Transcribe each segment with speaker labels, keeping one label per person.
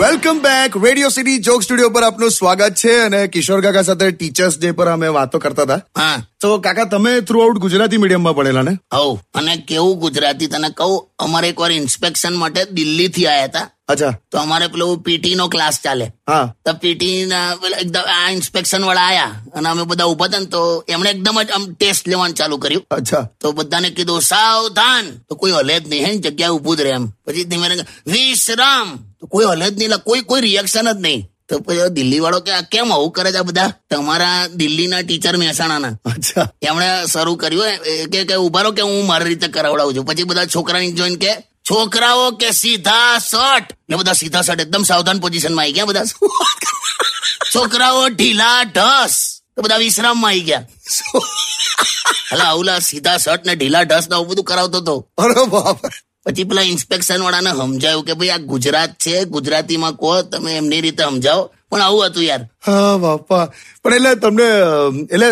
Speaker 1: Welcome back Radio City joke studio પર આપનું સ્વાગત છે અને કિશોર કાકા સાથે ટીચર્સ ડે પર અમે વાતો કરતા હતા
Speaker 2: હા
Speaker 1: તો કાકા તમે થ્રુ આઉટ ગુજરાતી મીડિયમમાં ભણેલા ને
Speaker 2: હવ અને કેવું ગુજરાતી તને કહું અમારે એકવાર ઇન્સ્પેક્શન માટે દિલ્હીથી આયા હતા
Speaker 1: અચ્છા
Speaker 2: તો અમારે પેલો પીટી નો ક્લાસ ચાલે
Speaker 1: હા
Speaker 2: તો પીટી ના પેલા એકદમ આ ઇન્સ્પેક્શન વાળા આયા અને અમે બધા ઉભા હતા ને તો એમણે એકદમ જ આમ ટેસ્ટ લેવાનું ચાલુ કર્યું
Speaker 1: અચ્છા
Speaker 2: તો બધાને કીધું સાવધાન તો કોઈ હલે જ નહીં હે ને, જગ્યાએ ઉભું જ રહે એમ પછી ધીમે ધીમે વિશ્રામ તો કોઈ હલે જ નહીં એટલે કોઈ કોઈ રિએક્શન જ નહીં તો પછી દિલ્હી વાળો કે આ કેમ આવું કરે છે આ બધા તમારા દિલ્હીના ટીચર મહેસાણાના
Speaker 1: અચ્છા
Speaker 2: એમણે શરૂ કર્યું એ, એ, કે કે ઉભા રહો કે હું મારી રીતે કરાવડાવું છું પછી બધા છોકરાની જોઈને કે છોકરાઓ કે સીધા શર્ટ ને બધા સીધા શર્ટ એકદમ સાવધાન પોઝિશનમાં આવી ગયા બધા છોકરાઓ ઢીલા ઢસ તો બધા વિશ્રામમાં આવી ગયા હલા આવલા સીધા શર્ટ ને ઢીલા ઢસ ને આવું બધું કરાવતો હતો
Speaker 1: અરે બાપ
Speaker 2: પછી પેલા ઇન્સ્પેક્શન વાળાને સમજાયું કે ભાઈ આ ગુજરાત છે ગુજરાતીમાં કહો તમે એમની રીતે સમજાવો પણ આવું હતું યાર
Speaker 1: હા બાપા પણ એટલે તમને અમ, એટલે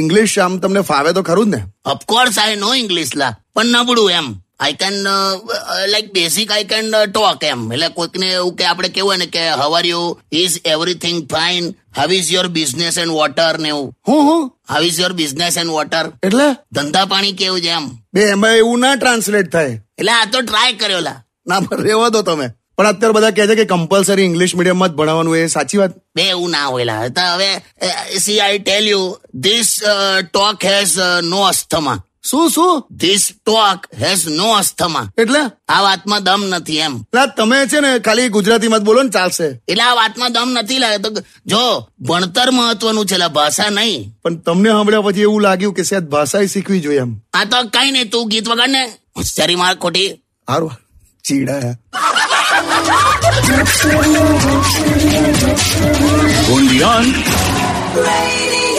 Speaker 1: ઇંગ્લિશ આમ તમને ફાવે તો ખરું જ ને
Speaker 2: ઓફકોર્સ આઈ નો ઇંગ્લિશ લા પણ નબળું એમ uh, I can like basic I can talk uh, એમ એટલે કોઈકને એવું કે આપણે કેવું હોય ને કે how are you is everything fine how is your business and water ને એવું
Speaker 1: હું હું
Speaker 2: how is your business and water
Speaker 1: એટલે
Speaker 2: ધંધા પાણી કેવું છે એમ
Speaker 1: બે એમાં એવું ના ટ્રાન્સલેટ થાય
Speaker 2: એટલે આ તો ટ્રાય કર્યો લા
Speaker 1: ના પણ રેવા દો તમે પણ અત્યારે બધા કહે છે કે કમ્પલસરી ઇંગ્લિશ મીડિયમમાં જ ભણાવવાનું એ સાચી વાત
Speaker 2: બે એવું ના હોય લા તો હવે see I tell you this talk has no asthma
Speaker 1: શું શું
Speaker 2: this talk has no asthma
Speaker 1: એટલે
Speaker 2: આ વાતમાં દમ નથી એમ
Speaker 1: ના તમે છે ને ખાલી ગુજરાતીમાં જ બોલો ને ચાલશે
Speaker 2: એટલે આ વાતમાં દમ નથી લાગે તો જો ભણતર મહત્વનું છે લા, ભાષા નહીં
Speaker 1: પણ તમને સાંભળ્યા પછી એવું લાગ્યું કે શાયદ ભાષા શીખવી જોઈએ એમ
Speaker 2: આ તો કઈ નહીં તું ગીત વગર ને હોશિયારી માર ખોટી
Speaker 1: સારું ચીડાયા
Speaker 3: Undian.
Speaker 4: Radio